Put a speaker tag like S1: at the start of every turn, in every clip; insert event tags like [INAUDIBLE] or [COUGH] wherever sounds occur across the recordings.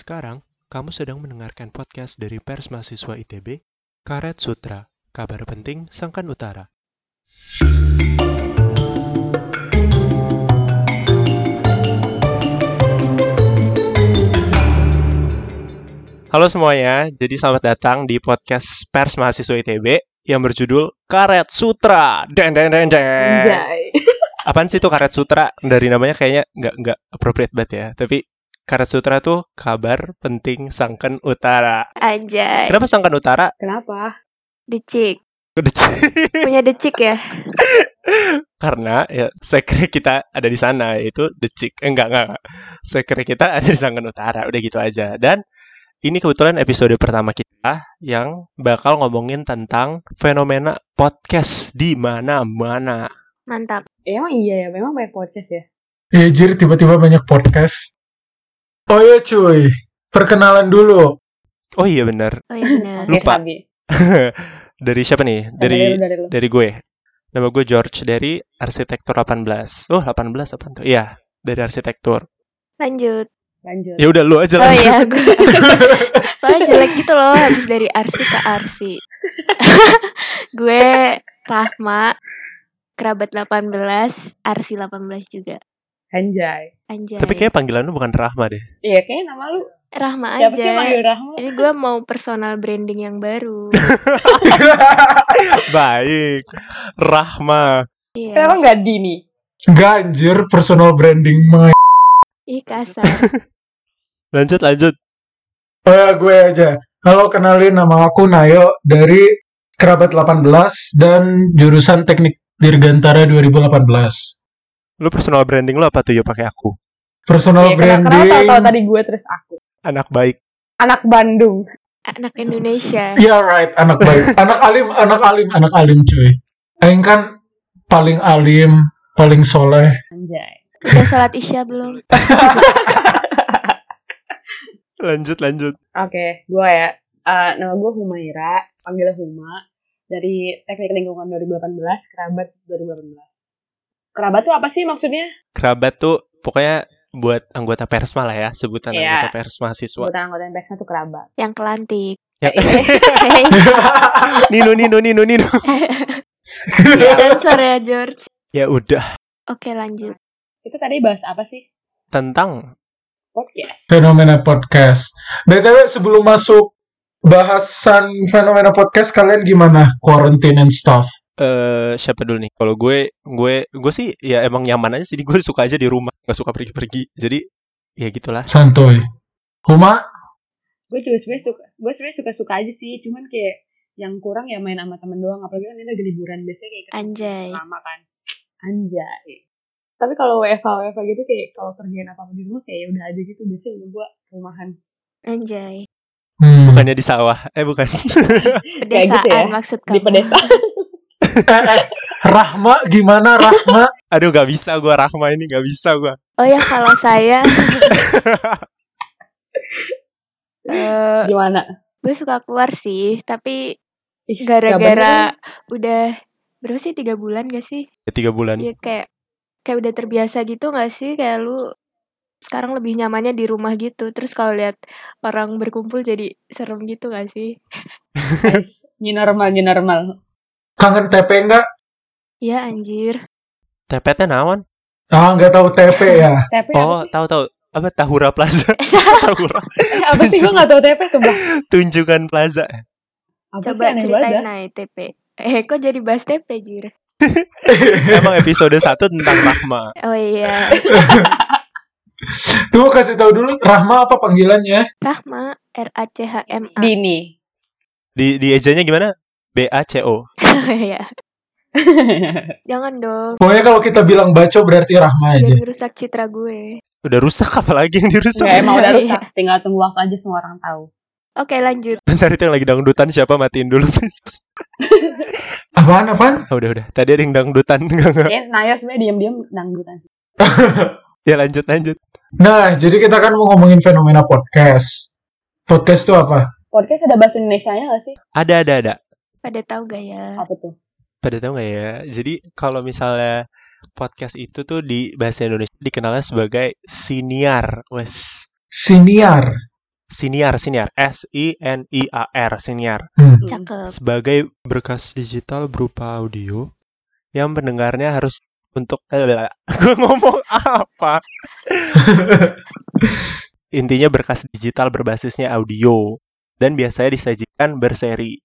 S1: Sekarang, kamu sedang mendengarkan podcast dari Pers Mahasiswa ITB, Karet Sutra, Kabar Penting Sangkan Utara. Halo semuanya, jadi selamat datang di podcast Pers Mahasiswa ITB yang berjudul Karet Sutra. Deng deng deng deng.
S2: Anjay.
S1: Apaan sih itu Karet Sutra? Dari namanya kayaknya nggak nggak appropriate banget ya. Tapi Karet Sutra tuh kabar penting Sangkan Utara.
S3: Eh.
S2: Anjay.
S1: Kenapa Sangkan Utara?
S2: Kenapa?
S3: Decik.
S2: Punya decik ya?
S1: [LAUGHS] Karena ya sekre kita ada di sana itu decik. Eh, enggak, enggak, enggak. Sekre kita [LAUGHS] ada di Sangkan Utara. Udah gitu aja. Dan ini kebetulan episode pertama kita yang bakal ngomongin tentang fenomena podcast di mana-mana.
S3: Mantap.
S2: Emang iya ya, memang banyak podcast ya.
S4: Iya jir, tiba-tiba banyak podcast. Oh iya cuy, perkenalan dulu. [LAUGHS]
S1: Oh iya benar.
S3: Oh iya benar.
S2: Oke,
S1: Lupa.
S2: Sabi.
S1: [LAUGHS] dari siapa nih?
S2: Dari
S1: Dari
S2: lu, dari lu.
S1: dari gue. Nama gue George dari Arsitektur 18. Oh, 18 apa tuh? Iya, dari arsitektur.
S3: Lanjut.
S2: Lanjut.
S1: Ya udah lu aja
S3: Oh
S1: lanjut.
S3: iya
S1: [LAUGHS]
S3: gue. Soalnya jelek gitu loh habis dari Arsi ke Arsi. [LAUGHS] gue Rahma kerabat 18, Arsi 18 juga.
S2: Anjay.
S3: Anjay.
S1: Tapi kayak panggilan lu bukan Rahma deh.
S2: Iya, kayaknya nama lu
S3: Rahma
S2: siapa sih yang
S3: aja.
S2: manggil Rahma?
S3: Ini gue mau personal branding yang
S1: [LAUGHS]
S3: baru.
S1: Baik. Rahma.
S2: Kenapa
S3: iya.
S2: nggak Dini?
S4: Enggak anjir, personal branding. meng-
S3: Ih kasar.
S1: Lanjut lanjut.
S4: Oh ya, gue aja. Halo, kenalin nama aku Nayo dari Kerabat 18 dan jurusan Teknik Dirgantara 2018.
S1: Lu personal branding lu apa tuh ya pakai aku?
S2: Iya,
S4: Personal
S2: kenapa- Kenapa
S4: Oh, branding.
S2: tau tadi gue terus aku?
S1: Anak baik.
S2: Anak Bandung.
S3: Anak Indonesia.
S4: Iya right, anak baik.
S2: [LAUGHS]
S4: anak alim, anak alim, anak alim cuy. Aing kan paling alim, paling soleh. [LAUGHS]
S2: Anjay.
S3: Udah sholat isya belum?
S1: Lanjut lanjut.
S2: Oke, gue ya. Eh, nama gue Humaira, panggilnya Huma. Dari Teknik Lingkungan 2018, Kerabat 2018. Kerabat tuh apa sih maksudnya?
S1: Kerabat tuh pokoknya buat anggota persma lah ya, sebutan
S2: Iya.
S1: anggota pers mahasiswa.
S2: Buat anggota MPS tuh kerabat.
S3: Yang kelantik. [LAUGHS]
S1: Ya.
S3: Hey,
S1: [LAUGHS] Nino Nino Nino Nino.
S3: sensor ya George.
S1: Ya udah
S3: Oke lanjut.
S2: Itu tadi bahas apa sih?
S1: tentang
S2: Podcast.
S4: fenomena podcast. BTW sebelum masuk bahasan fenomena podcast kalian gimana quarantine and stuff?
S1: eh siapa dulu nih? Kalau gue gue gue sih [LAUGHS] ya emang nyaman aja jadi gue suka aja di rumah, nggak suka pergi-pergi. Jadi ya gitulah.
S4: Santuy. Huma,
S2: gue juga sebenarnya suka gue sebenarnya suka suka aja sih cuman kayak yang kurang ya main sama temen doang apalagi kan ini lagi liburan biasanya kayak ketemu
S3: Anjay.
S2: lama kan anjay tapi kalau WFH WFH gitu kayak kalau kerjaan apa apa di rumah kayak ya udah aja gitu biasanya juga gue rumahan
S3: Anjay.
S4: hmm.
S1: Bukannya di sawah. [LAUGHS] Eh bukan.
S2: Kayak
S3: Pedesaan
S2: gitu ya,
S3: maksud kamu.
S2: di pedesaan
S4: Eh, eh, Rahma gimana Rahma?
S1: Aduh nggak bisa gue Rahma ini nggak bisa gue.
S3: Oh ya kalau
S2: [LAUGHS]
S3: saya eh,
S2: gimana
S3: gue suka keluar sih, tapi
S2: Ih, ya?
S3: gara-gara udah berapa sih tiga bulan gak sih?
S1: Ya, Tiga bulan.
S2: Iya.
S3: Ya kayak kayak udah terbiasa gitu gak sih? Kayak lu sekarang lebih nyamannya di rumah gitu. Terus kalau lihat orang berkumpul jadi serem gitu gak sih?
S2: bener. Guys, new normal new normal
S4: Kangen TP enggak?
S3: Ya anjir.
S1: Tepetnya naon?
S4: Ah, enggak tahu TP ya.
S2: TP
S1: Oh
S2: Iya, apa sih
S1: tahu tahu apa Tahura
S2: [LAUGHS]
S1: Plaza. [LAUGHS] Tahura.
S2: Eh, apa sih gue nggak tahu TP coba
S1: Tunjungan Plaza.
S2: apa sih
S3: Coba
S2: aneh banget ya.
S3: ceritain nah
S2: dah.
S3: naik TP. Eh kok jadi bahas TP jir?
S1: Emang episode 1 tentang Rahma.
S3: Oh iya.
S4: [LAUGHS]
S2: [LAUGHS]
S4: Tuh kasih tahu dulu Rahma apa panggilannya?
S3: Rahma R A C H M A. [LAUGHS]
S2: Dini
S1: Di di ejanya gimana? B A C O.
S3: ya. Jangan dong.
S4: Pokoknya kalau kita bilang baco berarti Rahma aja.
S3: Jangan merusak citra gue.
S1: Udah rusak apalagi yang dirusak.
S2: Nggak, emang udah
S3: Iya.
S2: rusak tinggal tunggu waktu aja semua orang tahu
S3: Oke lanjut.
S1: Bentar itu yang lagi dangdutan siapa matiin dulu please.
S4: Apaan apaan?
S1: [LAUGHS] Ah, udah udah. Tadi ada yang dangdutan [LAUGHS] enggak enggak.
S2: kayak Eh, Naya sebenarnya diam-diam dangdutan
S1: Ya lanjut lanjut.
S4: Nah, jadi kita kan mau ngomongin fenomena podcast. Podcast itu apa?
S2: podcast ada bahasa Indonesia nya gak sih?
S1: Ada ada ada.
S3: Pada tahu gak ya?
S2: Apa tuh?
S1: Pada tahu nggak ya? Jadi kalau misalnya podcast itu tuh di bahasa Indonesia dikenalnya sebagai siniar, wes.
S4: Siniar.
S1: siniar siniar S I N I A R siniar
S4: Hmm.
S3: Cakep.
S1: sebagai berkas digital berupa audio yang pendengarnya harus untuk eh, [LAUGHS] gue ngomong apa intinya berkas digital berbasisnya audio dan biasanya disajikan berseri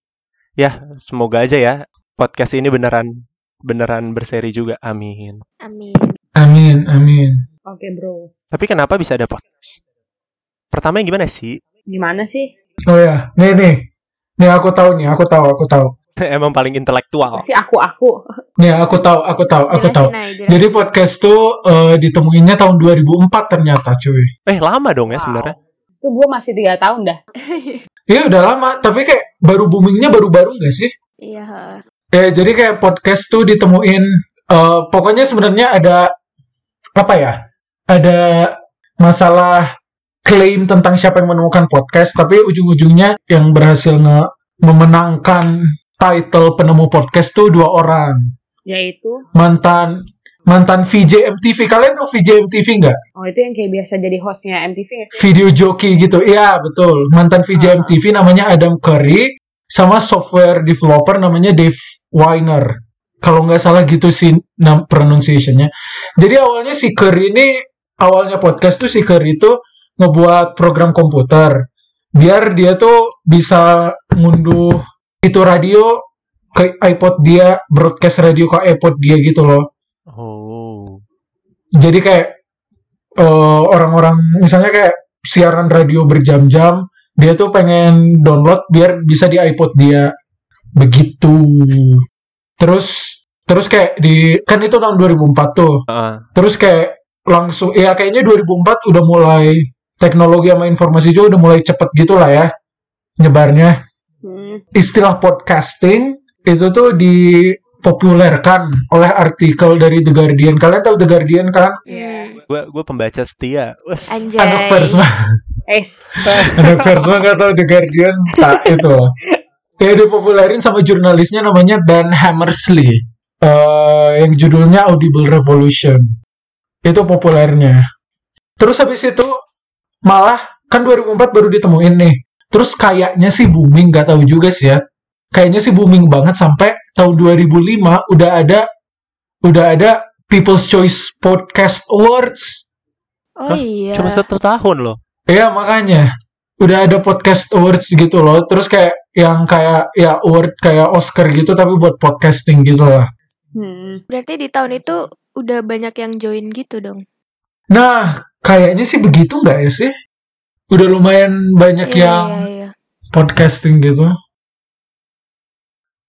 S1: ya semoga aja ya podcast ini beneran beneran berseri juga amin
S3: Amin.
S4: Amin, amin.
S2: Hmm. Oke bro,
S1: tapi kenapa bisa ada podcast pertama yang gimana sih [LAUGHS]
S2: gimana sih?
S4: Oh ya, nih nih. Nih aku tahu nih, aku tahu, aku tahu.
S1: emang paling intelektual
S2: Si aku aku.
S4: Nih aku tahu, aku tahu, aku tahu.
S3: Jelasin aja.
S4: Jadi podcast tuh eh, ditemuinnya tahun 2004 ternyata, cuy.
S1: eh lama dong ya sebenarnya
S2: Itu gue masih tiga tahun dah.
S4: Iya udah lama, tapi kayak baru boomingnya baru-baru gak sih?
S3: Iya. heeh.
S4: Ya, jadi kayak podcast tuh ditemuin eh, pokoknya sebenarnya ada apa ya? Ada masalah klaim tentang siapa yang menemukan podcast, tapi ujung-ujungnya yang berhasil nge memenangkan title penemu podcast tuh dua orang.
S2: Yaitu,
S4: mantan mantan VJ MTV kalian tuh VJ MTV nggak
S2: oh itu yang kayak biasa jadi hostnya MTV ya?
S4: video joki gitu iya betul mantan VJ
S2: Ah.
S4: MTV namanya Adam Curry sama software developer namanya Dave Weiner kalau nggak salah gitu sih nam pronunciationnya jadi awalnya si Curry ini awalnya podcast tuh si Curry itu ngebuat program komputer biar dia tuh bisa ngunduh itu radio ke iPod dia broadcast radio ke iPod dia gitu loh
S1: oh
S4: jadi kayak eh, orang-orang misalnya kayak siaran radio berjam-jam dia tuh pengen download biar bisa di iPod dia begitu terus terus kayak di kan itu tahun 2004 tuh
S1: Heeh.
S4: terus kayak langsung ya kayaknya 2004 udah mulai teknologi sama informasi juga udah mulai cepet gitu lah ya nyebarnya
S2: Hmm.
S4: istilah podcasting itu tuh dipopulerkan oleh artikel dari The Guardian. Kalian tahu The Guardian kan?
S1: Iya.
S3: Hmm.
S1: gue gue pembaca setia Wes.
S3: Anjay.
S4: Anak pers banget.
S2: Es.
S4: Anak pers banget nggak tahu The Guardian. Tak itu. loh. Ya dipopulerin sama jurnalisnya namanya Ben Hammersley. Eh, yang judulnya Audible Revolution. Itu populernya. Terus habis itu malah kan 2004 baru ditemuin nih. Terus kayaknya sih booming, gak tahu juga sih ya. Kayaknya sih booming banget sampai tahun 2005 udah ada udah ada People's Choice Podcast Awards.
S3: Oh iya.
S1: cuma satu tahun loh
S4: Iya makanya udah ada podcast awards gitu loh. Terus kayak yang kayak ya award kayak Oscar gitu tapi buat podcasting gitu lah.
S2: Hmm.
S3: Berarti di tahun itu udah banyak yang join gitu dong.
S4: Nah kayaknya sih begitu nggak ya sih? Udah lumayan banyak
S3: Iya,
S4: yang
S3: iya, iya.
S4: podcasting gitu.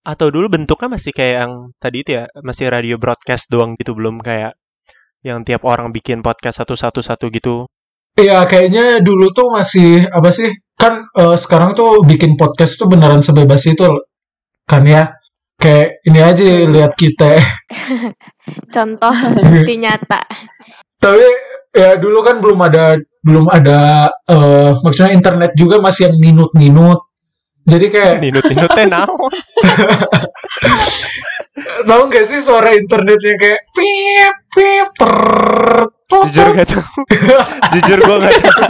S1: atau dulu bentuknya masih kayak yang tadi itu ya masih radio broadcast doang gitu belum kayak yang tiap orang bikin podcast satu satu satu gitu
S4: Iya kayaknya dulu tuh masih apa sih? Kan eh, sekarang tuh bikin podcast tuh beneran sebebas itu loh. kan ya. Kayak ini aja lihat kita. [LAUGHS]
S3: Contoh bukti nyata.
S4: tapi ya dulu kan belum ada belum ada eh, maksudnya internet juga masih yang ninut-ninut jadi kayak
S1: ninut ninut
S4: [LAUGHS]
S1: teh naon
S4: tahu nggak sih suara internetnya kayak pip pip ter
S1: jujur gak tau
S4: [LAUGHS]
S1: jujur gue gak tau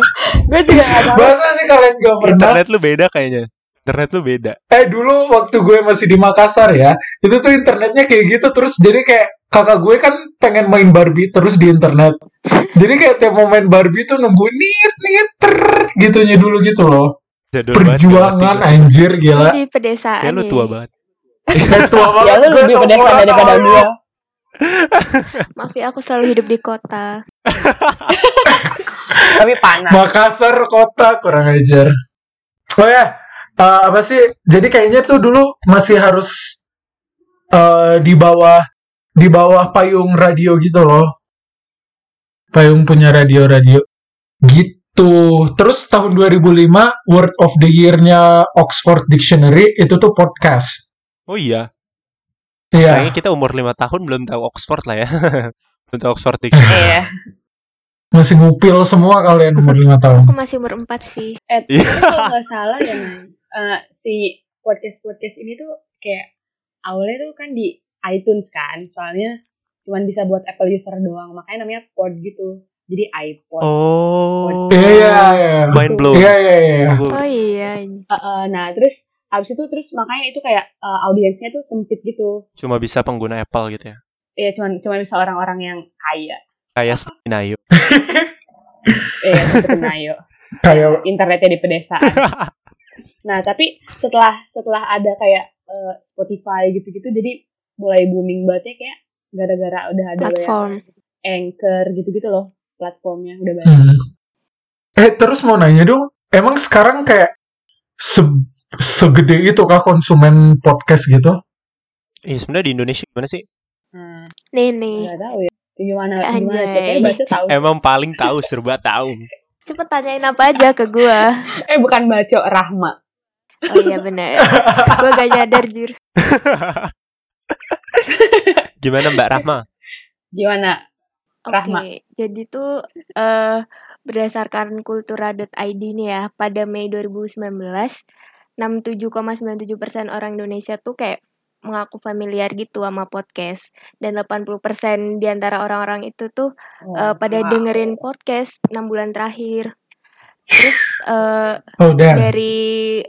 S2: Gue juga gak tau.
S4: bahasa sih kalian gak pernah
S1: internet lu beda kayaknya internet lu beda
S4: eh dulu waktu gue masih di Makassar ya itu tuh internetnya kayak gitu terus jadi kayak kakak gue kan pengen main Barbie terus di internet jadi kayak tiap mau main Barbie tuh nunggu nit nit ter gitunya dulu gitu loh
S1: jadul banget, gak ngerti
S4: perjuangan
S1: gua sih.
S4: anjir
S3: Lu
S4: gila
S3: di pedesaan.
S1: kayak lu
S3: ya.
S1: tua banget
S4: Eh, tua
S2: [LAUGHS] Ya
S4: banget
S2: lu
S4: gue
S2: lebih
S4: tua
S2: pedesan
S4: banget,
S2: daripada
S4: tau.
S2: gue.
S3: Maaf ya, aku selalu hidup di kota.
S2: Tapi panas.
S4: Makassar kota kurang ajar. Oh ya, eh, apa sih? Jadi kayaknya tuh dulu masih harus eh, di bawah di bawah payung radio gitu loh. Payung punya radio-radio gitu. Terus tahun 2005 Word of the Year-nya Oxford Dictionary itu tuh podcast.
S1: oh iya
S4: Iya.
S1: sayangnya kita umur lima tahun belum tahu Oxford lah ya [LAUGHS] belum tahu Oxford dictionary
S2: Iya.
S4: Masih ngupil semua kalian umur 5 tahun.
S3: Aku masih umur 4 sih.
S2: Eh,
S1: Iya.
S2: tapi kalau nggak salah ya, Nay, eh, si podcast-podcast ini tuh kayak awalnya tuh kan di iTunes kan, soalnya cuman bisa buat Apple user doang, makanya namanya pod gitu. Jadi iPod.
S1: Oh.
S4: Iya, iya, iya.
S1: Mind blown.
S4: Iya, iya, iya.
S1: Gua-
S3: Oh iya.
S2: Eh, eh, nah terus abis itu terus makanya itu kayak eh, audiensnya tuh sempit gitu.
S1: Cuma bisa pengguna Apple gitu ya.
S2: Ya cuman cuman bisa orang-orang yang kaya.
S1: Kayak seperti Nayo.
S2: Eh seperti [LAUGHS] Nayo.
S4: Kayak
S2: Internetnya di pedesaan. nah tapi setelah setelah ada kayak eh, Spotify gitu-gitu jadi mulai booming banget ya kayak gara-gara udah ada kayak
S3: Platform.
S2: Anchor gitu-gitu loh platformnya udah banyak.
S4: Hmm. Eh terus mau nanya dong, emang sekarang kayak se segede itu kah konsumen podcast gitu?
S1: Iya sebenarnya di Indonesia gimana sih?
S2: Hmm,
S3: Nene.
S2: nggak tahu ya. Gimana gimana
S3: Eh. Anjay.
S2: sih? Kayaknya Baca tahu.
S1: Emang paling tahu serba tahu.
S3: Cepet tanyain apa aja ke gua.
S2: Eh bukan Baco Rahma.
S3: Oh iya
S4: [LAUGHS]
S3: bener. gua gak nyadar jir.
S1: Gimana Mbak Rahma?
S2: Gimana?
S3: Oke,
S2: Rahma.
S3: jadi tuh eh berdasarkan kultura.id nih ya, pada Mei 2019, 67,97 persen orang Indonesia tuh kayak mengaku familiar gitu sama podcast. Dan 80 persen di antara orang-orang itu tuh eh, pada
S2: Wah.
S3: dengerin podcast 6 bulan terakhir. Terus eh
S4: Oh dan
S3: dari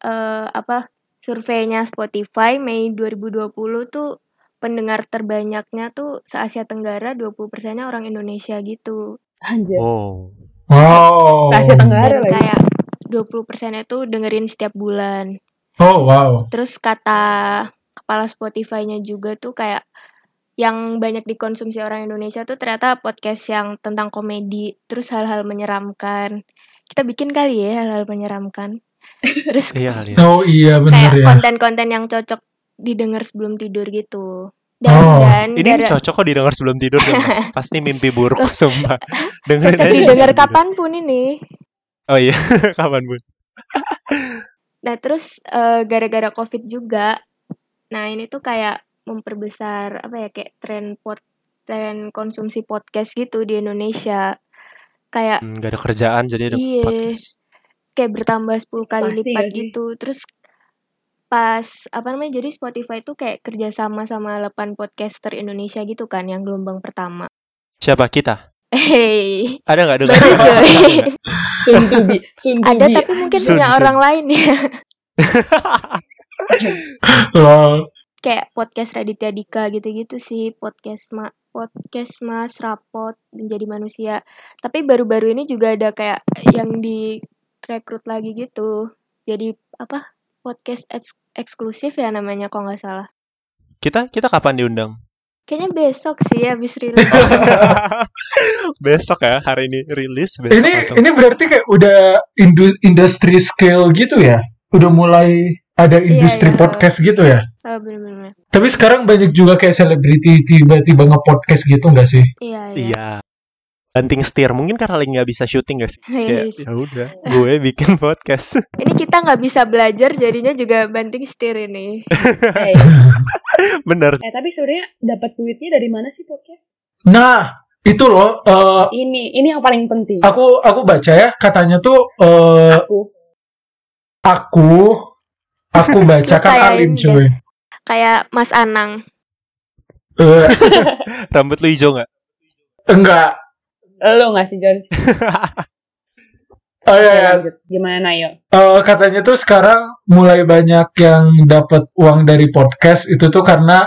S3: eh, apa surveinya Spotify Mei 2020 tuh pendengar terbanyaknya tuh se-Asia Tenggara 20%-nya orang Indonesia gitu.
S2: Anjir.
S1: Oh.
S4: wow.
S2: Asia Tenggara
S3: Dan
S2: lagi.
S3: kayak 20% itu dengerin setiap bulan.
S4: Oh wow.
S3: Terus kata kepala Spotify-nya juga tuh kayak yang banyak dikonsumsi orang Indonesia tuh ternyata podcast yang tentang komedi, terus hal-hal menyeramkan. Kita bikin kali ya hal-hal menyeramkan. Terus
S1: Iya kali ya.
S4: Oh iya bener
S3: kayak
S4: ya.
S3: konten-konten yang cocok didengar sebelum tidur gitu. Dan
S4: Oh.
S3: dan
S1: Ini
S3: dari-
S1: cocok kok didengar sebelum tidur sumpah. Pasti mimpi buruk sumpah. Dengerin
S3: cocok
S1: aja
S3: didengar
S1: sebelum tidur.
S3: kapanpun ini.
S1: Oh iya, [LAUGHS] kapan Bun?
S3: Nah terus eh, gara-gara covid juga, nah ini tuh kayak memperbesar apa ya kayak tren pod tren konsumsi podcast gitu di Indonesia. Kayak
S1: Hmm, gak ada kerjaan jadi ada
S3: Iya.
S1: podcast.
S3: kayak bertambah 10 kali
S2: Pasti
S3: lipat
S2: gak sih?
S3: gitu. Terus pas apa namanya jadi Spotify tuh kayak kerjasama sama 8 podcaster Indonesia gitu kan yang gelombang pertama. [LAUGHS]
S1: Siapa kita?
S3: Hey.
S1: Ada nggak dengar?
S3: Baru
S1: Ada
S3: join.
S1: nggak?
S2: Soon to be. Soon to
S3: Ada
S1: Iya,
S2: be.
S3: tapi mungkin
S1: Sun,
S3: punya
S1: sun.
S3: orang lain ya. [LAUGHS]
S4: Lol.
S3: Kayak podcast Raditya Dika gitu-gitu sih, podcast ma podcast Mas Rapot menjadi manusia. Tapi baru-baru ini juga ada kayak yang direkrut lagi gitu. Jadi apa? Podcast eks- eksklusif ya namanya kalau nggak salah.
S1: Kita kita kapan diundang? [LAUGHS]
S3: Kayaknya besok sih habis rilis.
S1: besok ya, hari ini rilis besok
S4: Ini
S1: langsung.
S4: ini berarti kayak udah indu- industri scale gitu ya? Udah mulai ada industri
S3: iya.
S4: podcast gitu ya?
S3: Oh, bener-bener.
S4: Tapi sekarang banyak juga kayak selebriti tiba-tiba nge-podcast gitu nggak sih?
S3: Iya, [LAUGHS] iya.
S1: Iya. Banting setir mungkin karena lagi nggak bisa syuting gak sih? Kayak
S3: Yes.
S1: ya udah, gue bikin podcast.
S3: Iya.
S1: [LAUGHS]
S3: Ini kita nggak bisa belajar jadinya juga banting setir ini.
S2: Hey.
S1: Bener.
S2: Eh tapi sebenarnya dapat duitnya dari mana sih podcast?
S4: Nah, itu loh eh,
S2: Ini ini yang paling penting.
S4: aku aku baca ya katanya tuh eh,
S2: Aku.
S4: aku
S3: [LAUGHS]
S4: aku bacakan
S3: Lu
S4: alim
S3: kayain
S4: cuy.
S3: Kayak Mas Anang.
S4: Eh,
S1: Rambut lu hijau nggak?
S4: enggak.
S2: Lo nggak sih George?
S4: Oh, iya, iya.
S2: Lanjut. Gimana Nayo?
S4: Eh, katanya tuh sekarang mulai banyak yang dapat uang dari podcast itu tuh karena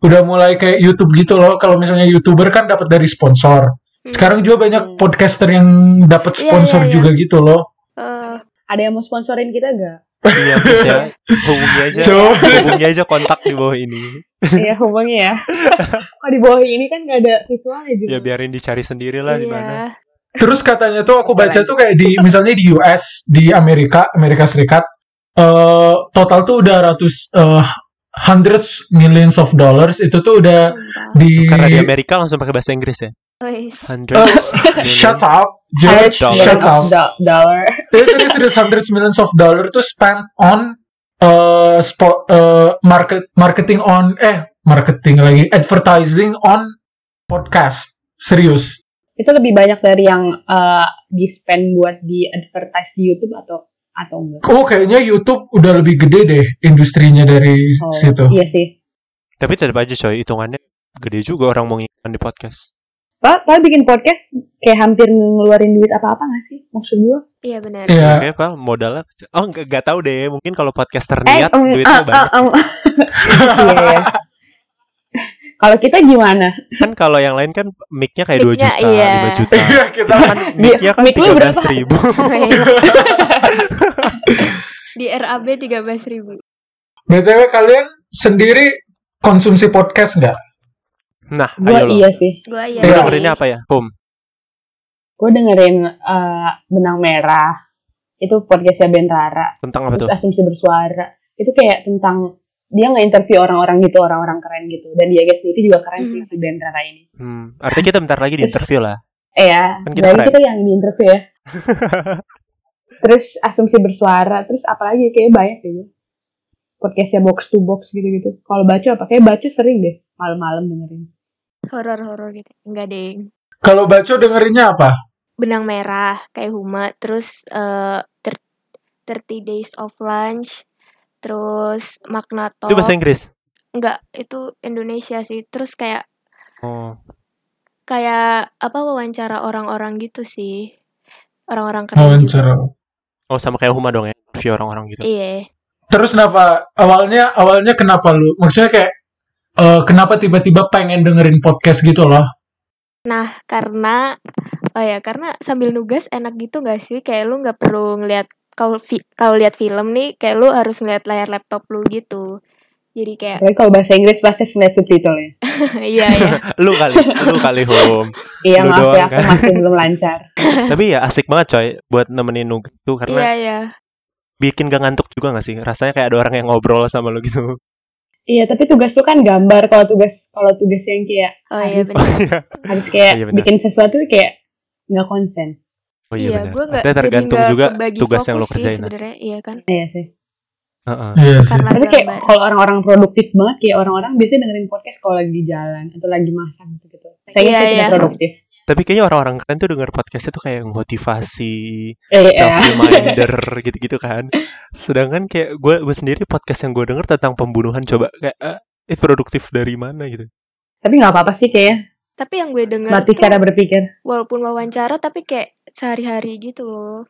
S4: udah mulai kayak YouTube gitu loh. Kalau misalnya YouTuber kan dapat dari sponsor.
S3: Hmm.
S4: Sekarang juga banyak
S2: Hmm.
S4: podcaster yang dapat
S3: Iya,
S4: sponsor
S3: iya, iya.
S4: juga gitu loh.
S3: Eh,
S2: Ada yang mau sponsorin kita
S4: [LAUGHS]
S2: gak?
S1: Iya, please ya. Hubungi aja.
S4: Coba.
S1: Hubungi aja kontak di bawah ini.
S2: Iya hubungi ya.
S4: [LAUGHS]
S2: Kok di bawah ini kan gak ada visualnya juga.
S1: Ya biarin dicari sendiri lah di mana.
S3: iya.
S4: Terus katanya tuh aku baca
S2: Boleh.
S4: tuh kayak di misalnya di US, di Amerika, Amerika Serikat, eh total tuh udah ratus eh, hundreds millions of dollars itu tuh udah
S3: Sumpah.
S4: di,
S1: Karena di Amerika langsung pakai bahasa Inggris ya.
S3: Wes.
S1: Hundreds.
S4: Oh,
S1: millions.
S4: shut up, George,
S1: Dollars.
S4: shut up.
S2: Iya, Do- dollar.
S4: Eh, serius serius hundreds millions of dollars tuh spent on eh spo- eh, market marketing on eh marketing lagi advertising on podcast serius
S2: Itu lebih banyak dari yang eh, di spend buat di advertise di YouTube atau atau enggak?
S4: oh kayaknya YouTube udah lebih gede deh industrinya dari
S2: Oh,
S4: situ
S2: Iya sih.
S1: Tapi tetap aja coy, hitungannya gede juga orang mau ngiklan di podcast.
S2: Pak, Pak bikin podcast kayak hampir ngeluarin duit apa-apa gak sih? Maksud gue?
S3: Iya benar. [LAUGHS]
S4: Iya.
S1: Oke, Val, modalnya oh nggak nggak tahu deh, mungkin kalau podcaster
S2: Eh,
S1: niat
S2: em,
S1: duitnya
S2: ah,
S1: banyak.
S2: ah, em. [LAUGHS] Iya, iya. Kalau kita gimana?
S1: Kan kalau yang lain kan mic-nya kayak 2
S3: Mic-nya,
S1: juta,
S3: iya.
S1: 5
S4: [LAUGHS]
S1: juta.
S4: Iya kita
S1: Kan mic-nya kan
S2: Mic lu berapa?
S1: 13 ribu.
S3: Iya.
S4: [LAUGHS]
S3: Di RAB 13.000 ribu.
S4: btw kalian sendiri konsumsi podcast nggak?
S1: [LAUGHS] Nah,
S2: Gue
S1: ayo lo.
S2: iya sih.
S3: Gua ya.
S1: Lu
S4: Iya.
S1: dengerinnya apa ya? Home.
S2: Gue dengerin eh, Benang Merah. Itu podcastnya Ben Rara.
S1: Tentang apa tuh?
S2: Terus asumsi bersuara. Itu kayak tentang dia nge-interview orang-orang gitu, orang-orang keren gitu. Dan dia guys itu juga keren sih
S3: Hmm.
S2: si Ben Rara ini.
S1: Hmm, artinya kita bentar lagi di interview lah.
S2: Eh ya,
S1: Kan
S2: kan
S1: kita
S2: kita,
S1: keren.
S2: kita yang di interview
S1: [LAUGHS]
S2: ya. terus asumsi bersuara, terus apalagi kayaknya banyak deh. ya. Podcastnya box to box gitu-gitu. Kalau baca apa? Kayak baca sering deh malam-malam dengerin.
S3: Horor-horor gitu. Enggak, ding.
S4: Kalau baca dengerinnya apa?
S3: benang merah kayak Huma terus eh, ter- 30 days of lunch terus makna
S1: Itu bahasa
S3: Talk.
S1: Inggris.
S3: enggak itu Indonesia sih terus kayak
S1: Oh.
S3: kayak apa wawancara orang-orang gitu sih orang-orang keren juga
S4: Wawancara.
S1: Oh, sama kayak Huma dong ya, interview orang-orang gitu.
S3: iya
S4: Terus kenapa awalnya awalnya kenapa lu? Maksudnya kayak eh, kenapa tiba-tiba pengen dengerin podcast gitu loh?
S3: nah karena oh ya karena sambil nugas enak gitu nggak sih kayak lu nggak perlu ngeliat kalau fi- kalau lihat film nih kayak lu harus ngeliat layar laptop lu gitu jadi
S2: [LAUGHS]
S3: kayak
S2: Apalagi kalau bahasa Inggris pasti ngeliat subtitle ya.
S3: [LAUGHS] iya ya
S1: Lu kali,
S3: [LAUGHS]
S1: lu kali Home.
S2: Iya
S1: Lu
S2: maaf ya,
S1: doang, kan.
S2: aku masih belum lancar.
S1: Tapi ya asik banget coy buat nemenin nugas tuh karena
S3: iya ya
S1: bikin gak ngantuk juga gak sih? Rasanya kayak ada orang yang ngobrol sama lu gitu. [LAUGHS]
S2: Iya, tapi tugas lu kan gambar. Kalau tugas kalau tugas yang kayak
S3: oh iya
S2: Aduh.
S3: benar
S2: harus kayak
S1: Iya, benar.
S2: bikin sesuatu kayak nggak konsen.
S1: Oh iya, benar.
S3: gua nggak-
S1: Artinya
S3: jadi
S1: tergantung
S3: nggak
S1: juga
S3: kebagi
S1: tugas yang lu
S3: fokus sih
S1: kerjain. nah.
S3: sebenarnya iya kan
S2: Iya sih.
S1: Heeh.
S4: Iya sih.
S3: karena
S2: Tapi kayak
S3: gambar
S2: kalau orang-orang produktif banget kayak orang-orang biasanya dengerin podcast kalau lagi di jalan atau lagi masak gitu gitu. Saya
S3: Iya,
S2: itu
S3: iya.
S2: tidak produktif.
S1: Tapi kayaknya orang-orang keren tuh denger podcastnya tuh kayak motivasi,
S2: Eh, iya.
S1: self
S3: [LAUGHS]
S1: reminder gitu-gitu kan. Sedangkan kayak gue gue sendiri podcast yang gue denger tentang pembunuhan coba kayak eh, eh, produktif dari mana gitu.
S2: Tapi nggak apa-apa sih kayak
S3: tapi yang gue dengar
S2: latih
S3: tuh,
S2: cara berpikir.
S3: walaupun wawancara tapi kayak sehari-hari gitu loh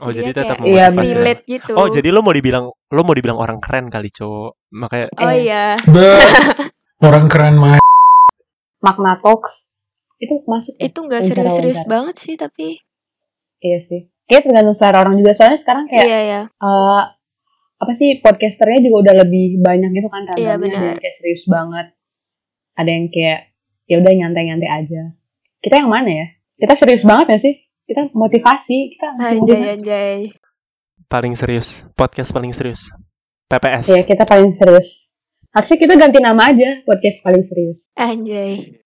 S1: Oh jadi,
S3: Jadinya
S1: tetap
S3: kayak-
S2: Iya,
S1: memotivasi.
S2: bener.
S1: lah.
S3: relate gitu
S1: Oh jadi lo mau dibilang lo mau dibilang orang keren kali cowok makanya
S3: oh iya
S2: [LAUGHS]
S4: Be- Orang keren mah.
S2: Makna talks itu masuk ya?
S3: itu nggak
S2: Wawancara-
S3: serius-serius
S2: wawancara.
S3: banget sih tapi
S2: Iya sih. Kayak tergantung selera orang juga soalnya sekarang kayak
S3: iya ya
S2: eh, apa sih podcasternya juga udah lebih banyak gitu kan ragamnya ada
S3: Iya, benar.
S2: yang kayak serius banget ada yang kayak ya udah nyantai-nyantai aja kita yang mana ya kita serius banget ya sih kita motivasi
S3: Ah,
S2: kita masih
S3: anjay
S2: motivasi
S3: anjay
S1: paling serius podcast paling serius
S3: iya,
S1: PPS.
S2: ya kita paling serius harusnya kita ganti nama aja podcast paling serius
S3: anjay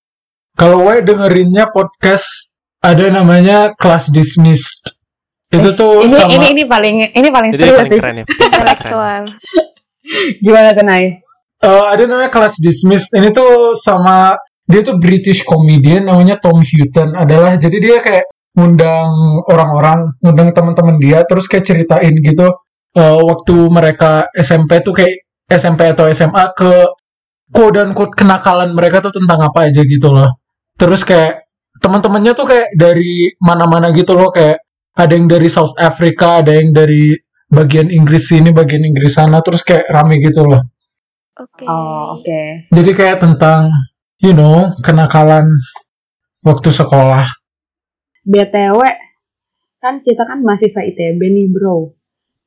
S4: Kalau gue dengerinnya podcast ada namanya Class Dismissed. Itu
S2: Eh,
S4: tuh
S2: ini
S4: sama
S2: ini ini paling ini paling
S1: Itu yang
S2: serius
S1: paling
S2: sih.
S1: keren ya. podcast yang paling keren.
S3: intelektual
S2: gimana tuh Nay?
S4: Eh, ada namanya Class Dismissed. Ini tuh sama dia tuh British comedian namanya Tom Hutton adalah. Jadi dia kayak ngundang orang-orang, ngundang teman-teman dia terus kayak ceritain gitu eh, waktu mereka SMP tuh kayak SMP atau SMA ke quote unquote kenakalan mereka tuh tentang apa aja gitu loh. Terus kayak teman-temannya tuh kayak dari mana-mana gitu loh kayak ada yang dari South Africa, ada yang dari bagian Inggris sini, bagian Inggris sana, terus kayak rame gitu loh.
S3: oke
S2: oh oke
S4: Jadi kayak tentang you know kenakalan waktu sekolah.
S2: BTW kan kita kan mahasiswa ITB nih bro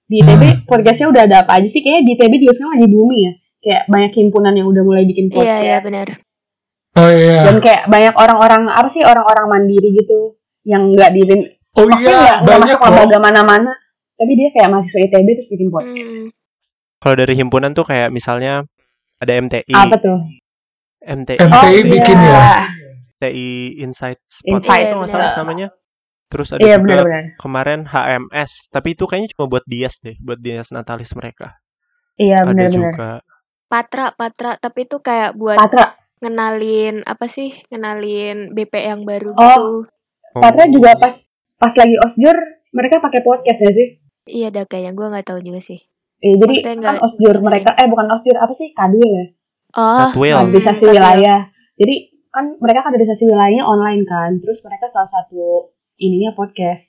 S2: di
S3: Hmm.
S2: ITB podcastnya udah ada apa aja sih kayaknya di ITB juga sekarang lagi booming ya kayak banyak himpunan yang udah mulai bikin
S3: iya
S2: podcast
S3: iya benar
S4: Oh
S2: dan
S4: iya.
S2: kayak banyak orang-orang apa sih orang-orang mandiri gitu yang nggak di maksudnya
S4: Oh
S2: nggak
S4: iya,
S2: nggak
S4: banyak
S2: masuk
S4: loh.
S2: lembaga mana-mana tapi dia kayak mahasiswa ITB terus bikin podcast
S3: Hmm.
S1: Kalau dari himpunan tuh kayak misalnya ada
S3: Hmm.
S1: MTI,
S2: apa tuh
S1: MTI,
S4: MTI
S2: Ah, oh
S4: bikin
S2: iya
S4: ya?
S1: MTI Insight Spot
S2: Insight,
S1: itu nggak salah
S2: iya.
S1: namanya. Terus ada
S2: iya
S1: juga
S2: benar-benar
S1: kemarin HMS, tapi itu kayaknya cuma buat Dias deh, buat Dias Natalis mereka.
S2: iya
S1: ada
S2: benar-benar
S1: juga
S3: patra patra tapi itu kayak buat
S2: Patra
S3: ngenalin apa sih ngenalin BP yang baru
S2: Oh.
S3: gitu
S1: oh,
S2: Patra juga pas pas lagi osjur mereka pakai podcast ya sih
S3: iya ada kayaknya gue nggak tahu juga sih
S2: Iya, jadi
S3: Maksudnya
S2: kan
S3: nggak-
S2: osjur mereka eh bukan osjur apa sih kadul ya
S3: oh
S1: Katwil.
S4: Iya.
S3: hmm,
S2: mobilisasi
S3: Katwil.
S2: wilayah. Jadi kan mereka kaderisasi wilayahnya online kan terus mereka salah satu ininya podcast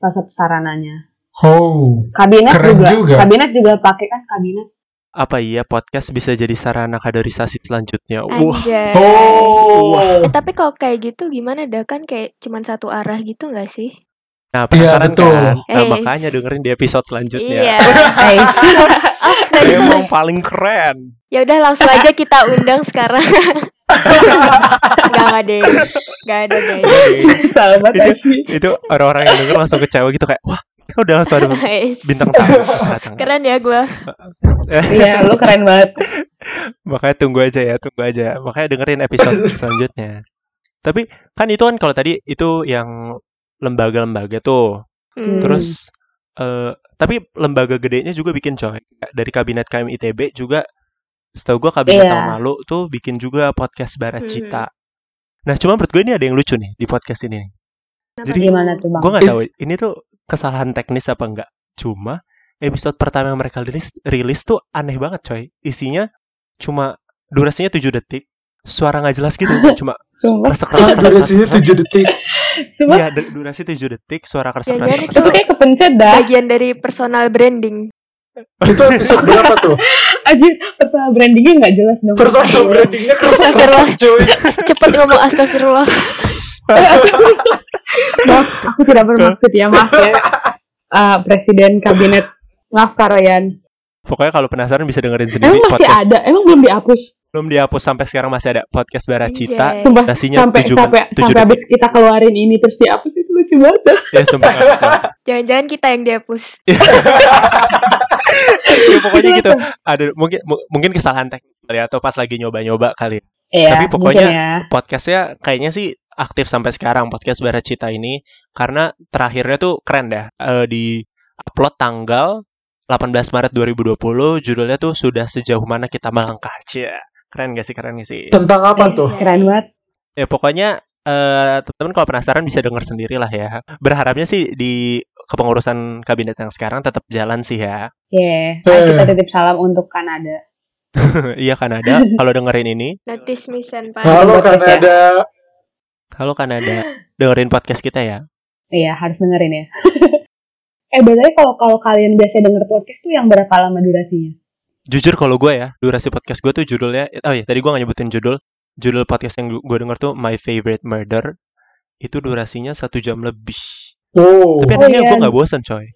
S2: salah satu sarananya
S4: Oh,
S2: kabinet
S4: Keren
S2: juga.
S4: juga.
S2: kabinet juga pakai kan
S4: [LAUGHS]
S2: kabinet
S1: Apa iya podcast bisa jadi sarana kaderisasi selanjutnya? Wah,
S3: Anjay.
S2: Eh.
S4: oh,
S3: Eh, tapi kalau kayak gitu gimana dah kan kayak cuman satu arah gitu nggak sih?
S1: nah penasaran
S4: betul.
S1: kan? Nah,
S3: Eh.
S1: makanya dengerin di episode selanjutnya.
S3: Iya.
S2: hey.
S3: [LAUGHS]
S1: Emang paling keren.
S3: Ya udah langsung aja kita undang sekarang. Gak ada, gak ada guys.
S2: [LAUGHS] salah
S4: Iya.
S2: banget sih
S1: itu orang-orang yang denger langsung kecewa gitu kayak wah mereka udah langsung ada
S3: Guys.
S1: bintang [LAUGHS] tamu datang
S3: Keren ya gue.
S2: iya lu keren banget
S1: makanya tunggu aja ya tunggu aja makanya dengerin [LAUGHS] episode selanjutnya tapi kan itu kan kalau tadi itu yang lembaga-lembaga tuh
S2: Terus-
S3: Hmm.
S1: terus
S4: Hmm.
S1: eh tapi lembaga gedenya juga bikin coy dari kabinet KM ITB juga setahu gua kabinet
S2: Iya.
S1: tahun lalu tuh bikin juga podcast Barat
S4: Hmm.
S3: Mhm.
S1: Cita nah cuma menurut gue ini ada yang lucu nih di podcast ini
S3: Kenapa
S1: Jadi-
S3: tuh?
S2: gimana tuh bang
S1: Gue nggak tahu ini tuh kesalahan teknis apa enggak. Cuma episode pertama yang mereka rilis, rilis tuh aneh banget coy. Isinya cuma durasinya 7 detik. Suara nggak jelas
S4: [LAUGHS]
S1: gitu, cuma
S2: sumpah
S1: kresek kresek kresek,
S4: durasinya
S1: kresek.
S4: 7 detik.
S2: sumpah
S1: Iya, du- durasi 7 detik, suara kresek
S4: Iya,
S3: Jangan-jangan
S1: kresek.
S3: itu-
S2: itu
S1: kresek.
S2: kayak kepencet dah
S3: Bagian dari personal branding.
S4: [LAUGHS] Itu episode berapa tuh?
S2: Anjir, personal brandingnya nggak jelas dong.
S4: Personal brandingnya
S3: Astagfirullah.
S4: kerasa-kerasa cuy.
S3: Cepet ngomong astagfirullah.
S2: [LAUGHS] Maaf, aku tidak bermaksud ya, maaf
S4: [LAUGHS]
S2: ya. Eh, Presiden Kabinet, maaf Karoyan.
S1: Pokoknya kalau penasaran bisa dengerin sendiri
S2: Emang masih
S1: podcast.
S2: ada, emang belum dihapus.
S1: Belum dihapus sampai sekarang masih ada podcast Baracita.
S3: Anjay.
S2: Sumpah,
S1: Durasinya
S2: sampai
S1: 7
S2: sampai
S1: tujuh
S2: sampai habis kita keluarin ini terus dihapus itu lucu banget.
S1: [LAUGHS]
S2: dah.
S1: Ya
S2: [LAUGHS]
S1: sumpah nggak apa-apa.
S3: Jangan-jangan kita yang dihapus.
S1: Ya, pokoknya gitu. Ada mungkin mu- mungkin kesalahan teknis kali ya, atau pas lagi nyoba-nyoba kali.
S2: Iya,
S1: Tapi pokoknya-
S2: mungkin ya.
S1: podcastnya kayaknya sih aktif sampai sekarang podcast Baracita ini karena terakhirnya tuh keren dah Eh, di upload tanggal 18 Maret 2020 judulnya tuh sudah sejauh mana kita melangkah Cia. keren gak sih keren gak sih
S4: Tentang apa
S2: Eh,
S4: tuh?
S2: Keren banget.
S1: ya pokoknya eh teman-teman kalau penasaran bisa denger sendiri lah ya berharapnya sih di kepengurusan kabinet yang sekarang tetap jalan sih ya [LAUGHS]
S2: Iya,
S4: Eh.
S2: Ayo kita titip salam untuk Kanada.
S1: iya
S2: [LAUGHS]
S1: Kanada kalau dengerin ini
S3: Notice mission pak.
S4: Halo kan
S2: Podcast ya.
S4: Kanada.
S1: halo Kanada dengerin podcast kita ya
S2: Iya, harus dengerin ya. [LAUGHS] eh, biasanya kalau kalau kalian biasa denger podcast tuh yang berapa lama durasinya?
S1: jujur kalau gue ya durasi podcast gue tuh judulnya oh ya tadi gue gak nyebutin judul judul podcast yang gue denger tuh My Favorite Murder itu durasinya satu jam lebih
S4: Oh,
S1: tapi anehnya
S2: iya.
S1: gue nggak bosen coy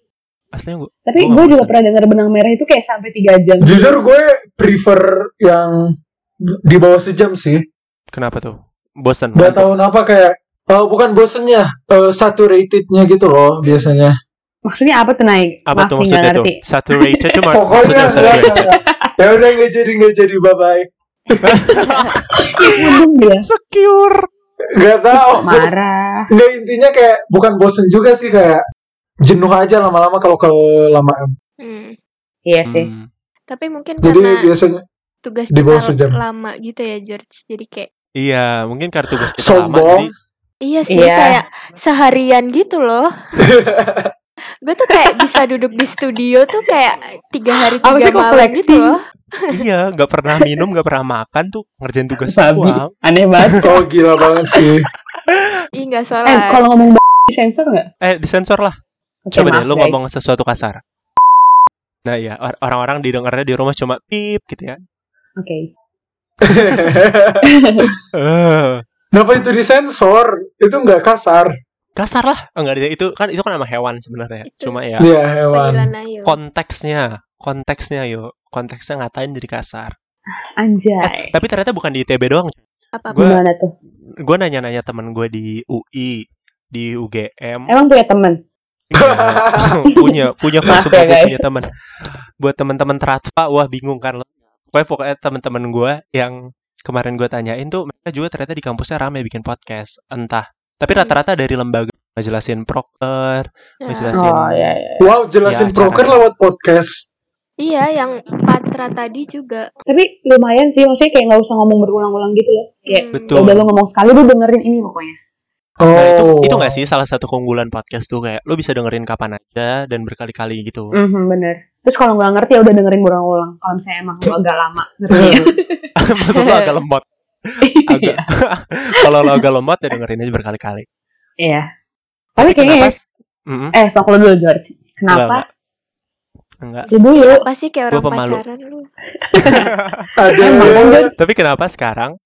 S1: aslinya gue
S2: Tapi
S1: Gua nggak
S2: gue juga
S1: bosan.
S2: pernah denger benang merah itu kayak sampai 3 jam.
S4: jujur gue prefer yang di bawah sejam sih.
S1: kenapa tuh bosen
S4: Gak
S1: ngantuk.
S4: tahu kenapa kayak eh, bukan bosennya, eh, saturatednya gitu loh biasanya.
S2: Maksudnya apa tuh naik?
S1: apa tuh
S2: Maaf nih, nggak
S1: maksudnya tuh
S2: ngerti.
S1: saturated tuh
S2: [LAUGHS]
S1: ma- maksudnya
S4: Pokoknya enggak, enggak,
S1: saturated
S4: enggak. ya udah nggak jadi nggak jadi bye bye.
S2: Iya, Untung dia
S1: secure
S4: Gak tahu.
S2: marah.
S4: Nggak intinya kayak bukan bosen juga sih kayak jenuh aja lama-lama kalau kelamaan.
S3: Hmm.
S2: Iya sih.
S1: Hmm.
S3: Tapi mungkin
S4: Jadi
S3: karena
S4: biasanya
S3: tugas
S4: di bawah
S3: kita
S4: sejam.
S3: lama gitu ya George. Jadi kayak
S1: iya mungkin kartu tugas kita lama jadi
S4: sombong.
S3: Iya sih,
S2: Iya.
S3: kayak seharian gitu
S4: [LAUGHS]
S3: loh. gue tuh kayak bisa duduk di studio tuh kayak tiga hari
S2: Apa sih
S3: tiga
S2: kok
S3: malam gitu
S2: flexing?
S3: loh.
S1: iya nggak pernah minum nggak pernah makan tuh ngerjain tugas
S2: Sabi.
S1: doang
S2: Aneh
S4: [LAUGHS]
S2: banget.
S4: Oh gila banget sih.
S3: Ih nggak
S2: eh,
S3: salah.
S2: kalau ngomong b- sensor nggak?
S1: eh disensor lah
S2: Oke,
S1: Coba deh
S2: maaf,
S1: lu
S2: guys.
S1: ngomong sesuatu kasar. Nah ya orang-orang didengarnya di rumah cuma pip gitu ya.
S2: Oke.
S1: Eh,
S4: Kenapa itu disensor? Itu nggak kasar.
S1: kasar lah. Enggak itu kan itu kan nama hewan sebenarnya.
S3: Itu.
S1: Cuma ya
S4: Iya hewan.
S3: Panggilan Ayu.
S1: konteksnya, konteksnya yuk. Konteksnya ngatain jadi kasar. Eh,
S2: Anjay.
S1: Tapi ternyata bukan di ITB doang.
S3: Apa
S1: [LAUGHS] Gua-
S2: Eh, Gimana tuh?
S1: Gue nanya-nanya temen gue di UI, di UGM.
S2: Emang punya temen? [LAUGHS]
S1: Iya. punya punya
S2: Maaf
S1: Facebook,
S2: ya, guys.
S1: punya teman. Buat teman-teman teratva, wah bingung kan lo. Pokoknya, pokoknya teman-teman gue yang kemarin gue tanyain tuh mereka juga ternyata di kampusnya rame bikin podcast entah
S2: Hmm.
S1: tapi rata-rata dari lembaga ngejelasin proker
S3: Nah,
S1: ngejelasin
S2: Oh iya iya.
S4: Wow jelasin
S1: Ya,
S4: broker
S1: caranya.
S4: lewat podcast.
S3: iya, yang Patra tadi juga.
S2: Tapi lumayan sih, maksudnya kayak nggak usah ngomong berulang-ulang gitu loh. Kayak
S3: Hmm.
S1: Betul.
S2: ya udah lu ngomong sekali lu dengerin ini pokoknya.
S4: Oh.
S1: nah itu itu nggak sih salah satu keunggulan podcast tuh kayak lo bisa dengerin kapan aja dan berkali-kali gitu
S2: Mhm, bener. Terus
S1: [LAUGHS]
S2: kalau nggak ngerti ya udah dengerin berulang-ulang. Kalau misalnya emang lu agak lama ngerti ya.
S1: [LAUGHS]
S2: [LAUGHS]
S1: maksud lo agak lemot agak [LAUGHS] kalau lo agak lemot ya dengerin aja berkali-kali.
S2: Iya. Tapi kayaknya
S1: Kenapa? s- Mm-mm.
S2: eh sok lo dulu George. Kenapa?
S1: Enggak.
S2: Lu dulu.
S3: Apa sih kayak
S1: Gua
S3: orang
S1: pemalu.
S3: pacaran lu?
S2: Emang kan,
S1: Tapi kenapa sekarang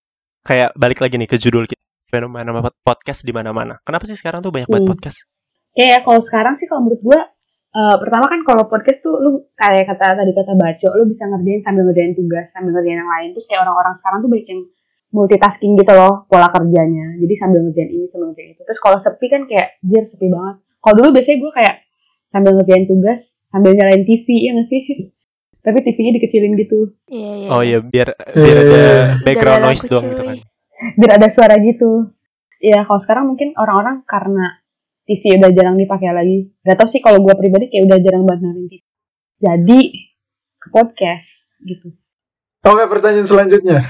S1: kayak balik lagi nih ke judul kita fenomena pod- podcast di mana-mana. Kenapa sih sekarang tuh banyak banget
S2: Hmm.
S1: podcast?
S2: Kayak ya, kalau sekarang sih kalau menurut gua eh, pertama kan kalau podcast tuh lu kayak kata tadi kata baco lu bisa ngerjain sambil ngerjain tugas sambil ngerjain yang lain terus kayak orang-orang sekarang tuh banyak yang multitasking gitu loh pola kerjanya jadi sambil ngerjain ini sambil ngerjain itu terus kalau sepi kan kayak jir sepi banget kalau dulu biasanya gua kayak sambil ngerjain tugas sambil nyalain TV ya nggak sih [LAUGHS] tapi TV-nya dikecilin gitu
S3: Iya, iya.
S1: Oh iya, biar biar ada
S4: Iya.
S1: background
S3: Udah laku,
S1: noise doang gitu
S3: cuy.
S1: kan.
S2: biar ada suara gitu ya kalau sekarang mungkin orang-orang karena TV udah jarang dipakai lagi gak tau sih kalau gue pribadi kayak udah jarang banget nonton TV jadi ke podcast gitu
S4: Oke, pertanyaan selanjutnya.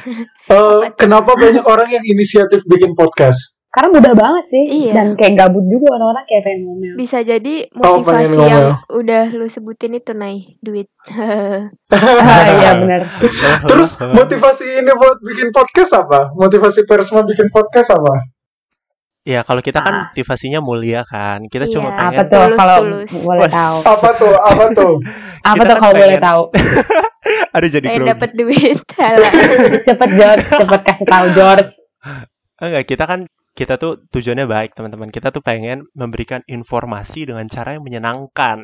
S4: Eh, kenapa banyak orang yang inisiatif bikin podcast?
S2: karena mudah banget sih
S3: Iya.
S2: dan kayak gabut juga orang-orang kayak pengen ngomel
S3: Bisa jadi
S4: Oh, pengen
S3: motivasi
S4: ngomel.
S3: yang udah lu sebutin itu naik duit. [LAUGHS]
S2: ah, iya benar
S1: kan. [LAUGHS]
S4: [LAUGHS] Terus motivasi ini buat bikin podcast apa? Motivasi Persma bikin podcast apa?
S1: ya kalau kita kan motivasinya mulia kan. Kita cuma
S3: Iya.
S2: Ah. apa
S1: pengen
S2: tuh
S3: Tulus,
S2: kalau
S3: tulus.
S2: boleh
S1: Wes.
S2: tahu
S4: Apa tuh? Apa
S1: [LAUGHS]
S4: tuh?
S1: Oh,
S2: apa
S1: Kita
S2: tuh
S1: kan
S2: kalau boleh
S1: pengen- [LAUGHS]
S2: tahu
S1: aduh jadi
S3: Pengen
S1: grogi.
S3: dapat duit. [LAUGHS] Alah.
S2: cepet George cepet kasih tahu George
S1: Enggak, kita kan kita tuh tujuannya baik teman-teman. Kita tuh pengen memberikan informasi dengan cara yang menyenangkan,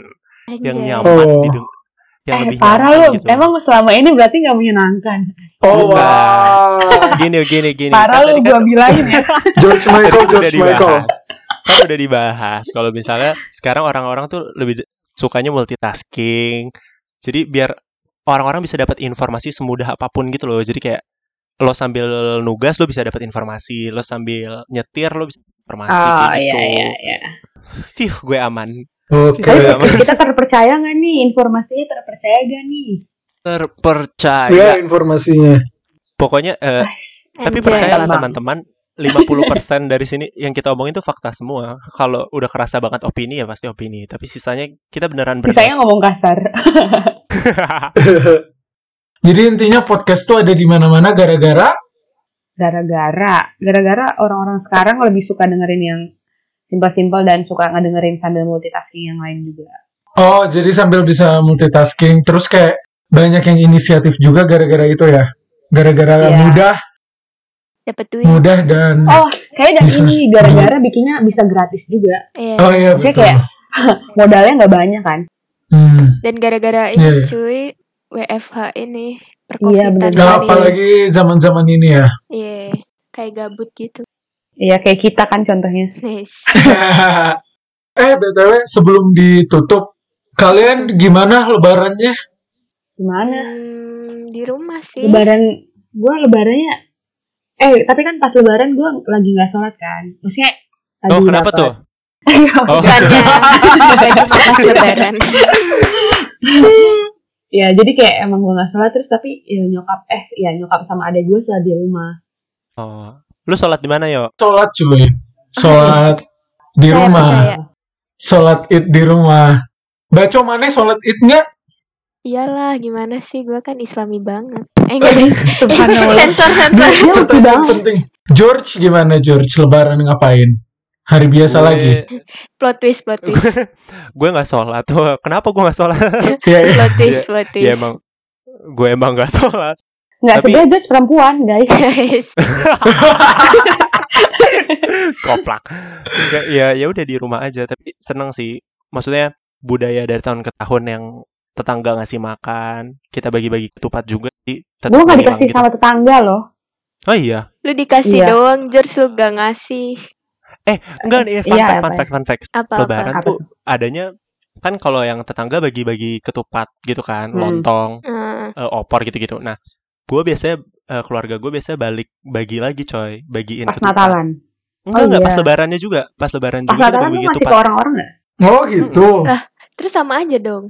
S1: yang
S3: Anjay.
S1: nyaman,
S4: Oh.
S1: dideng- yang
S2: Iya. eh
S1: lebih
S2: parah
S1: nyaman
S2: lu
S1: gitu.
S2: emang selama ini berarti nggak menyenangkan
S4: Oh,
S1: Bukan.
S4: wow.
S1: Gini, gini, gini. Kan
S2: parah lu
S1: tadi
S2: gue
S1: kan-
S2: bilangin
S1: [LAUGHS]
S2: ya
S4: George
S1: tadi
S4: Michael,
S1: kan udah
S4: George Michael.
S1: dibahas. Kan udah dibahas. Kalau misalnya sekarang orang-orang tuh lebih de- sukanya multitasking. Jadi biar orang-orang bisa dapat informasi semudah apapun gitu loh. Jadi kayak lo sambil nugas lo bisa dapat informasi, lo sambil nyetir lo bisa dapat informasi kayak
S2: oh iya
S1: gitu.
S2: iya iya
S1: Fih, gue aman.
S4: Oke.
S2: Tapi
S1: Iya,
S2: podcast kita terpercaya nggak nih? Informasinya terpercaya gak nih?
S1: Terpercaya.
S4: Ya informasinya. [LAUGHS]
S1: Pokoknya eh, tapi
S3: Anjay.
S1: percayalah
S2: Tenang.
S1: teman-teman, 50% dari sini yang kita omongin itu fakta semua. Kalau udah kerasa banget opini ya pasti opini, tapi sisanya kita beneran berdasar.
S2: Kitanya ngomong kasar.
S4: Jadi intinya podcast tuh ada di mana-mana gara-gara
S2: Gara-gara, gara-gara orang-orang sekarang lebih suka dengerin yang simpel-simpel dan suka ngedengerin sambil multitasking yang lain juga.
S4: Oh, jadi sambil bisa multitasking terus kayak banyak yang inisiatif juga gara-gara itu ya. Gara-gara
S2: Iya.
S4: mudah,
S3: Dapat duit.
S4: mudah dan
S2: Oh, kayak dan
S1: [LAUGHS]
S4: Bisa-
S2: ini gara-gara bikinnya bisa gratis juga.
S3: Iya.
S4: Oh iya
S2: Maksudnya
S4: betul.
S2: kayak modalnya nggak banyak kan?
S4: Hmm.
S3: Dan gara-gara
S4: Iya,
S3: ini
S4: iya.
S3: cuy WFH ini
S2: Iya,
S3: perkovitan
S2: bener
S4: Nah,
S2: Zaman ini.
S4: apalagi zaman-zaman ini ya.
S3: Iya, kayak gabut gitu.
S2: Iya kayak kita kan contohnya.
S3: Nice.
S4: [LAUGHS] eh, BTW sebelum ditutup, kalian gimana lebarannya?
S2: Gimana?
S3: Hmm, di rumah sih.
S2: Lebaran gue lebarannya eh tapi kan pas lebaran gue lagi nggak sholat kan. Maksudnya lagi
S1: oh,
S2: nggak
S1: kenapa
S2: sholat. [LAUGHS]
S1: tuh? Oh. [LAUGHS]
S3: Bukannya pas lebaran.
S2: Ya jadi kayak emang gue gak sholat terus tapi ya, nyokap eh ya nyokap sama adek gue sholat di rumah.
S1: Oh. Lu sholat di mana, yo?
S4: Sholat cuy. Sholat di
S3: Saya
S4: rumah.
S3: percaya.
S4: Sholat id di rumah. Baco mana sholat id nggak?
S3: Iyalah, gimana sih? Gue kan islami
S4: [LAUGHS]
S3: banget. Eh, enggak deh. [LAUGHS]
S2: Subhanallah.
S3: sensor, sensor.
S2: Dia lucu
S4: Pertanyaan
S2: banget.
S4: penting. George gimana George? Lebaran ngapain? Hari biasa
S1: Gue-
S4: lagi.
S3: Plot twist, plot twist.
S1: gue nggak sholat. [LAUGHS] Wah, Kenapa gue nggak sholat?
S4: Iya, iya.
S3: Plot twist, plot twist.
S1: ya emang gue emang nggak sholat. [LAUGHS]
S2: Nggak
S1: Tapi-
S2: sebenarnya George perempuan guys.
S3: [LAUGHS] Guys,
S1: Koplak. Enggak, ya ya udah di rumah aja. Tapi seneng sih. Maksudnya budaya dari tahun ke tahun yang tetangga ngasih makan, kita bagi-bagi ketupat juga sih. tetap
S2: Gue gak
S1: nggak hilang
S2: dikasih
S1: gitu.
S2: sama tetangga loh.
S1: Oh iya.
S3: lu dikasih
S2: Iya.
S3: doang, George lu gak ngasih
S1: Enggak nih, fun
S2: Iya,
S1: fact,
S2: apa
S1: fun
S2: ya?
S1: fact, fun fact.
S3: apa-apa.
S1: Lebaran
S2: Apa
S1: tuh adanya kan kalau yang tetangga bagi-bagi ketupat gitu kan,
S2: Hmm.
S1: lontong,
S3: Eh,
S1: eh, opor gitu-gitu. Nah, gue biasanya eh, keluarga gue biasanya balik bagi lagi coy, bagiin
S2: Pas
S1: ketupat.
S2: Natalan.
S1: Enggak
S2: Oh,
S1: enggak
S2: iya.
S1: pas lebarannya juga, pas lebaran
S2: Pas
S1: juga kita
S2: Natalan
S1: bagi
S2: lu ngasih
S1: ketupat.
S2: ke orang-orang gak?
S4: Oh
S3: [LAUGHS]
S4: gitu.
S3: Ah. terus sama aja dong.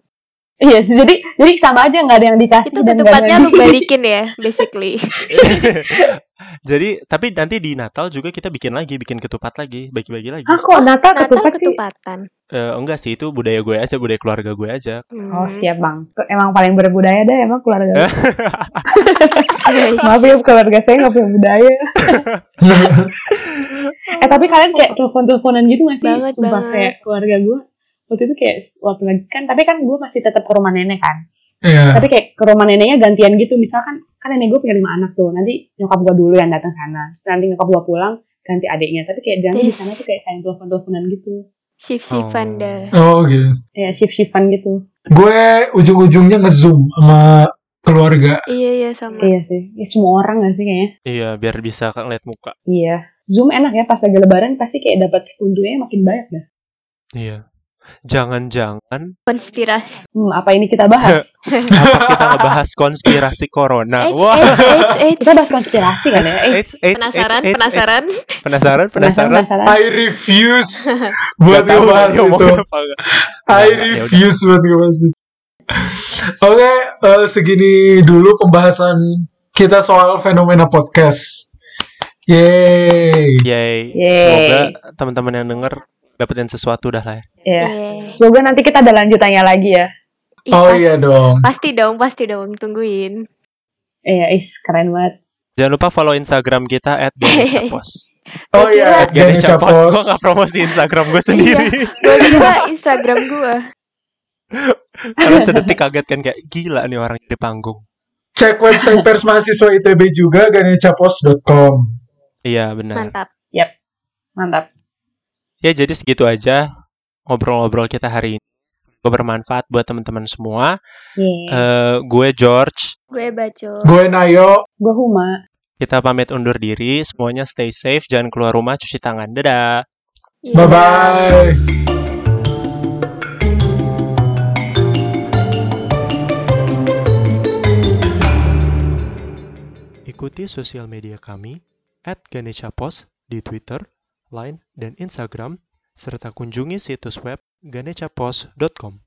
S2: Iya sih, jadi jadi sama aja nggak ada yang dikasih
S3: Itu
S2: dan nggak ada
S3: ketupatnya
S2: yang
S3: lu balikin ya, basically.
S1: [LAUGHS]
S2: [LAUGHS]
S1: Jadi tapi nanti di Natal juga kita bikin lagi, bikin ketupat lagi, bagi-bagi lagi.
S2: Hah Ah, kok Natal
S3: Natal
S2: ketupat sih?
S3: ketupatan.
S1: Eh, enggak sih itu budaya gue aja, budaya keluarga gue aja.
S2: Oh
S3: Hmm.
S1: Eh.
S2: siap bang, emang paling berbudaya deh emang keluarga. lu.
S3: [LAUGHS] Guys.
S2: Maaf ya keluarga saya nggak punya budaya. Eh tapi kalian kayak telepon-teleponan gitu masih
S3: Banget,
S2: Sumpah,
S3: banget.
S2: kayak keluarga gue waktu itu kayak waktu lagi kan tapi kan gue masih tetap ke rumah nenek kan
S4: Iya.
S2: tapi kayak ke rumah neneknya gantian gitu misalkan kan nenek gue punya lima anak tuh nanti nyokap gue dulu yang datang sana Terus nanti nyokap gue pulang ganti adiknya tapi kayak jangan di
S3: Yes.
S2: sana tuh kayak saling telepon teleponan gitu
S3: Shift shiftan dah.
S4: Oh gitu.
S2: ya shift shiftan gitu
S4: Gue ujung-ujungnya nge-zoom sama keluarga.
S3: Iya iya sama.
S2: iya sih ya, semua orang gak sih kayaknya
S1: Iya, biar bisa kan lihat muka.
S2: iya zoom enak ya pas lagi lebaran pasti kayak dapat untungnya makin banyak dah
S1: Iya. Jangan-jangan
S3: Konspirasi.
S2: hmm, apa ini kita
S1: [LAUGHS]
S2: bahas
S1: apa kita ngebahas konspirasi corona.
S4: Ah,
S3: Eits,
S1: Wah.
S3: eits, eits, eits.
S2: kita bahas konspirasi kan ya Eh,
S1: Eits, eits, eits, eits,
S3: Penasaran,
S1: eits.
S3: penasaran.
S1: Penasaran, penasaran.
S2: penasaran penasaran
S4: I
S3: [LAUGHS]
S4: refuse
S1: Gak
S4: buat
S1: tahu
S4: ngebahas
S1: tadi
S2: gitu.
S1: ngomongnya
S4: itu.
S1: apa enggak.
S4: I
S1: Nah, ya udah.
S4: refuse buat ngebahas itu. [LAUGHS] Oke, eh, segini dulu pembahasan kita soal fenomena podcast. Yeay.
S1: Yay.
S2: Yeay.
S1: Semoga teman-teman yang denger dapetin sesuatu dah lah. ya.
S2: Iya.
S3: Iya.
S2: Semoga nanti kita ada lanjutannya lagi ya.
S3: Ih,
S4: Oh
S3: pas-
S4: iya dong.
S3: Pasti dong, pasti dong. Tungguin.
S2: Iya, is keren banget.
S1: Jangan lupa follow Instagram kita at
S4: Oh iya,
S3: Kira-
S4: Gani Capos.
S1: Gue gak promosi Instagram gue sendiri. [LAUGHS]
S3: Gue kira Instagram gue.
S1: Kalian sedetik kaget kan kayak gila nih orang di panggung.
S4: Cek website pers mahasiswa ITB juga ganecapos.com.
S1: Iya
S4: Nah.
S1: benar.
S3: Mantap.
S2: Mantap.
S1: Ya jadi segitu aja ngobrol-ngobrol kita hari ini. Gue bermanfaat buat teman-teman semua.
S2: Yeay.
S1: Eh, gue George.
S3: Gue baco.
S4: Gue Nayo.
S2: Gue Huma.
S1: Kita pamit undur diri. Semuanya stay safe. Jangan keluar rumah. Cuci tangan. Dadah.
S3: Iya.
S4: Bye bye.
S1: Ikuti sosial media kami at Ganesha Post di Twitter, Line, dan Instagram, serta kunjungi situs web ganeshapost.com.